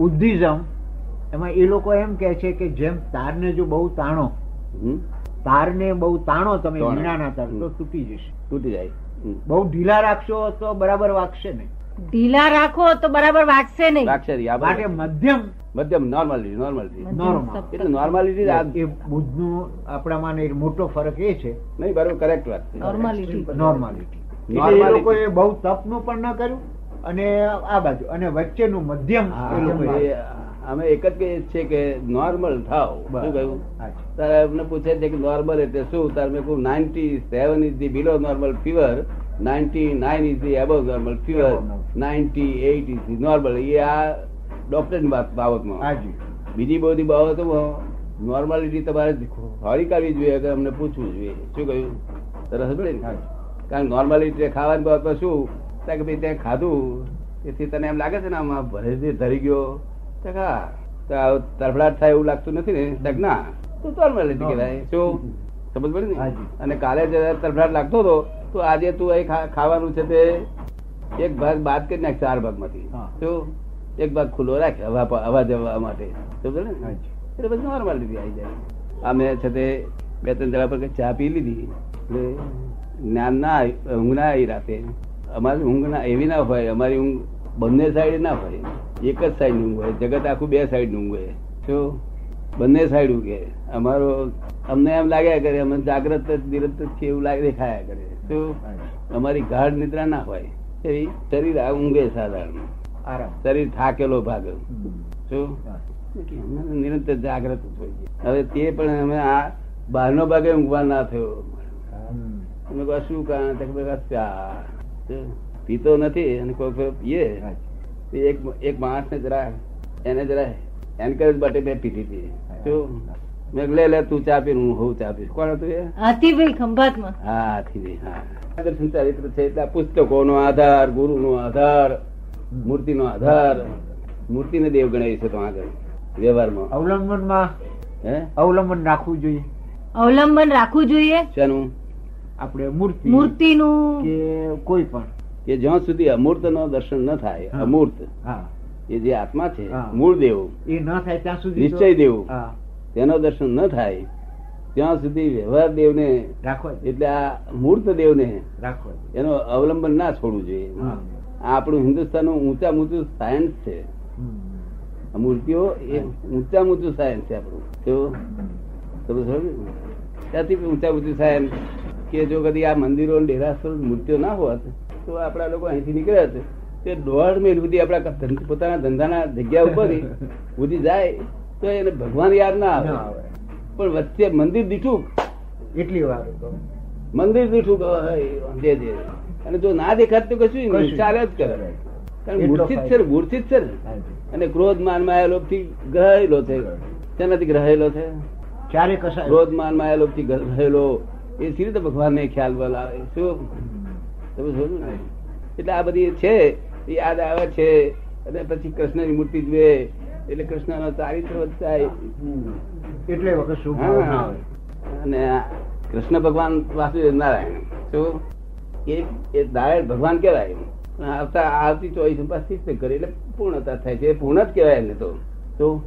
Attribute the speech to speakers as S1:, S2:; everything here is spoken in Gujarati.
S1: બુદ્ધિઝમ એમાં એ લોકો એમ કે છે કે જેમ તારને જો બહુ તાણો
S2: હમ?
S1: તારને બહુ તાણો તમે
S2: તાણો.
S1: વીણાના તાર તો
S2: હમ.
S1: તૂટી જશે
S2: તૂટી જાય હમ.
S1: બહુ ઢીલા રાખશો તો બરાબર વાગશે નહીં
S3: ઢીલા રાખો તો બરાબર વાગશે નહીં
S2: લાગશે આ
S1: માટે
S2: બરાબર.
S1: મધ્યમ
S2: મધ્યમ નોર્માલિટી નોર્માલિટી
S3: મધ્યમ
S1: normal.
S3: સપ્તક.
S2: એટલે નોર્માલિટી
S1: એ બુદ્ધનું આપણામાં ને એ મોટો ફરક એ છે
S2: નહીં બરાબર કરેક્ટ વાત છે.
S3: Normality.
S1: નોર્માલિટી એટલે એ
S2: Normality.
S1: લોકોએ બહુ તપનું પણ ન કર્યું અને આ બાજુ અને વચ્ચેનું મધ્યમ
S2: હા,
S1: એ લોકોએ-
S2: એ અમે એક જ કહીએ છીએ કે નોર્મલ થાવ શું કહ્યું
S1: હા જી.
S2: તારે અમને પૂછે છે કે નોર્મલ એટલે શું તારે મેં કહ્યું ninety seven is the below normal fever ninety nine is the above normal fever
S1: Above normal.
S2: Ninety eight is the normal એ આ ડોક્ટરની વાત
S1: હા
S2: બાબતમાં
S1: જી.
S2: બીજી બધી બાબતોમાં નોર્માલિટી તમારે ખોરી કાઢવી જોઈએ કે અમને પૂછવું જોઈએ શું કહ્યું સરસ પડે ને?
S1: હા જી.
S2: કારણ નોર્માલિટી ખાવાની બાબતમાં શું ત્યાં કે ભાઈ ત્યાં ખાધું તેથી તને એમ લાગે છે ને આમાં ભરે જે ધરી ગયો ત્યાં કે હા. તો આ તરફડાટ થાય એવું લાગતું નથી ને ત્યાં કે ના તો નોર્માલિટી કહેવાય શું સમજ પડી
S1: હા
S2: ને
S1: જી.
S2: અને કાલે જરા તરફડાટ લાગતો હતો તો આજે તું અહીં ખા- ખાવાનું છે તે એક ભાગ બાદ કરી નાખ ચાર
S1: હા.
S2: ભાગમાંથી શું એક ભાગ ખુલ્લો રાખ હવા પ- હવા જવા માટે સમજ ને
S1: હા જી.
S2: એટલે પછી નોર્મલ રીતે આવી જાય આ મેં છે તે બે ત્રણ જણા પર કંઈક ચા પી લીધી એટલે જ્ઞાન ના આવી- ઊંઘ ના આવી રાતે અમારી ઊંઘ ના એવી ના હોય અમારી ઊંઘ બંને સાઈડ ના હોય એક જ સાઈડ ઊંઘ હોય જગત આખું બે સાઈડ ઊંઘ હોય તો બંને સાઈડ ઊંઘે અમારો અમને એમ લાગ્યા કરે અમે જાગ્રત જ નિરત જ છીએ એવું લાગે દેખાયા કરે તો
S1: હા જી.
S2: અમારી ગાઢ નિદ્રા ના હોય એવી શરીર આ ઊંઘે સાધારણ
S1: આરામ
S2: શરીર થાકેલો ભાગે
S1: હમ.
S2: શું
S1: હા.
S2: નિરંતર જાગ્રત જ હોઈએ હવે તે પણ અમે આ બહારનો ભાગે ઊંઘવા ના થયો
S1: હમ.
S2: અમે કહ્યું, આ શું કારણ તો કે ભાઈ આ ચા તો પીતો નથી અને કોઈ કોઈ પીએ
S1: હા જી.
S2: તો એક એક માણસને જરા એને જરા એન્કરેજ માટે મેં પીધી હતી તો મેં કીધું, લે લે તું ચા પી હું હું ચા પીશ કોણ હતું એ
S3: હાથીભાઈ ખંભાતમાં
S2: હા હાથી હા આદર્શન ચરિત્ર છે એટલે આ પુસ્તકોનો આધાર ગુરુનો આધાર મૂર્તિનો આધાર મૂર્તિને દેવ ગણાવી છે તો આગળ વ્યવહારમાં
S1: અવલંબનમાં
S2: હે
S1: અવલંબન રાખવું જોઈએ
S3: અવલંબન રાખવું જોઈએ
S2: શાનું
S1: આપણે મૂર્તિ
S3: મૂર્તિનું
S1: કે કોઈ પણ
S2: કે જ્યાં સુધી અમૂર્ત નો દર્શન ન થાય
S1: હા.
S2: અમૂર્ત
S1: હા
S2: એ જે આત્મા છે
S1: હા.
S2: મૂળ દેવ
S1: એ ન થાય ત્યાં સુધી તો-
S2: નિશ્ચય દેવ
S1: હા
S2: તેનો દર્શન ન થાય ત્યાં સુધી વ્યવહાર દેવને
S1: રાખવા જ-
S2: એટલે આ મૂર્ત દેવને
S1: રાખવા જ.
S2: એનો અવલંબન ના છોડવું જોઈએ
S1: હા.
S2: આ આપણું હિન્દુસ્તાનનું ઊંચા ઊંચું સાયન્સ છે
S1: હમ.
S2: આ મૂર્તિઓ એ ઊંચા ઊંચું સાયન્સ છે આપણું તો તમે સમજો ને? ત્યાંથી બી ઊંચા ઊંચી સાહેબ કે જો કદી આ મંદિરો ને ડેરાસર મૂર્તિઓ ના હોત તો આપણા લોકો અહીંથી નીકળ્યા છે તે દોઢ મહિલ સુધી આપણા ધંધ- પોતાના ધંધાના જગ્યા ઉપર સુધી જાય તો એને ભગવાન યાદ ના
S1: ના
S2: આવે
S1: આવે.
S2: પણ વચ્ચે મંદિર દીઠું
S1: એટલી વાર તો.
S2: મંદિર દીઠું જે જે અને જો ના દેખાત તો કશું
S1: કશું.
S2: નહીં ચાલે જ કરે કારણ
S1: એટલો
S2: મૂર્તિ જ છે ને, મૂર્તિ જ છે ને. અને ક્રોધ માન માં આવેલો ગ્રહેલો છે તેનાથી ગ્રહેલો છે
S1: ચારે કસાય
S2: ક્રોધ માન માં આવેલો થી ગયેલો એ સી રીતે ભગવાન ને ખ્યાલ બલ આવે શું
S1: હમ.
S2: તમે સમજો ને એટલે આ બધી છે એ યાદ આવે છે અને પછી કૃષ્ણની મૂર્તિ જુએ એટલે કૃષ્ણનો ચારિત્ર વધતા
S1: એટલે વખત શુભ ભાવ ના
S2: હા.
S1: આવે
S2: અને આ કૃષ્ણ ભગવાન વાસુદેવ નારાયણ શું એ એ નારાયણ ભગવાન કહેવાય પણ આવતા આવતી ચોવીસ પાસ શિસ્ત કરે એટલે પૂર્ણતા થાય છે એ પૂર્ણ જ કહેવાય એને તો શું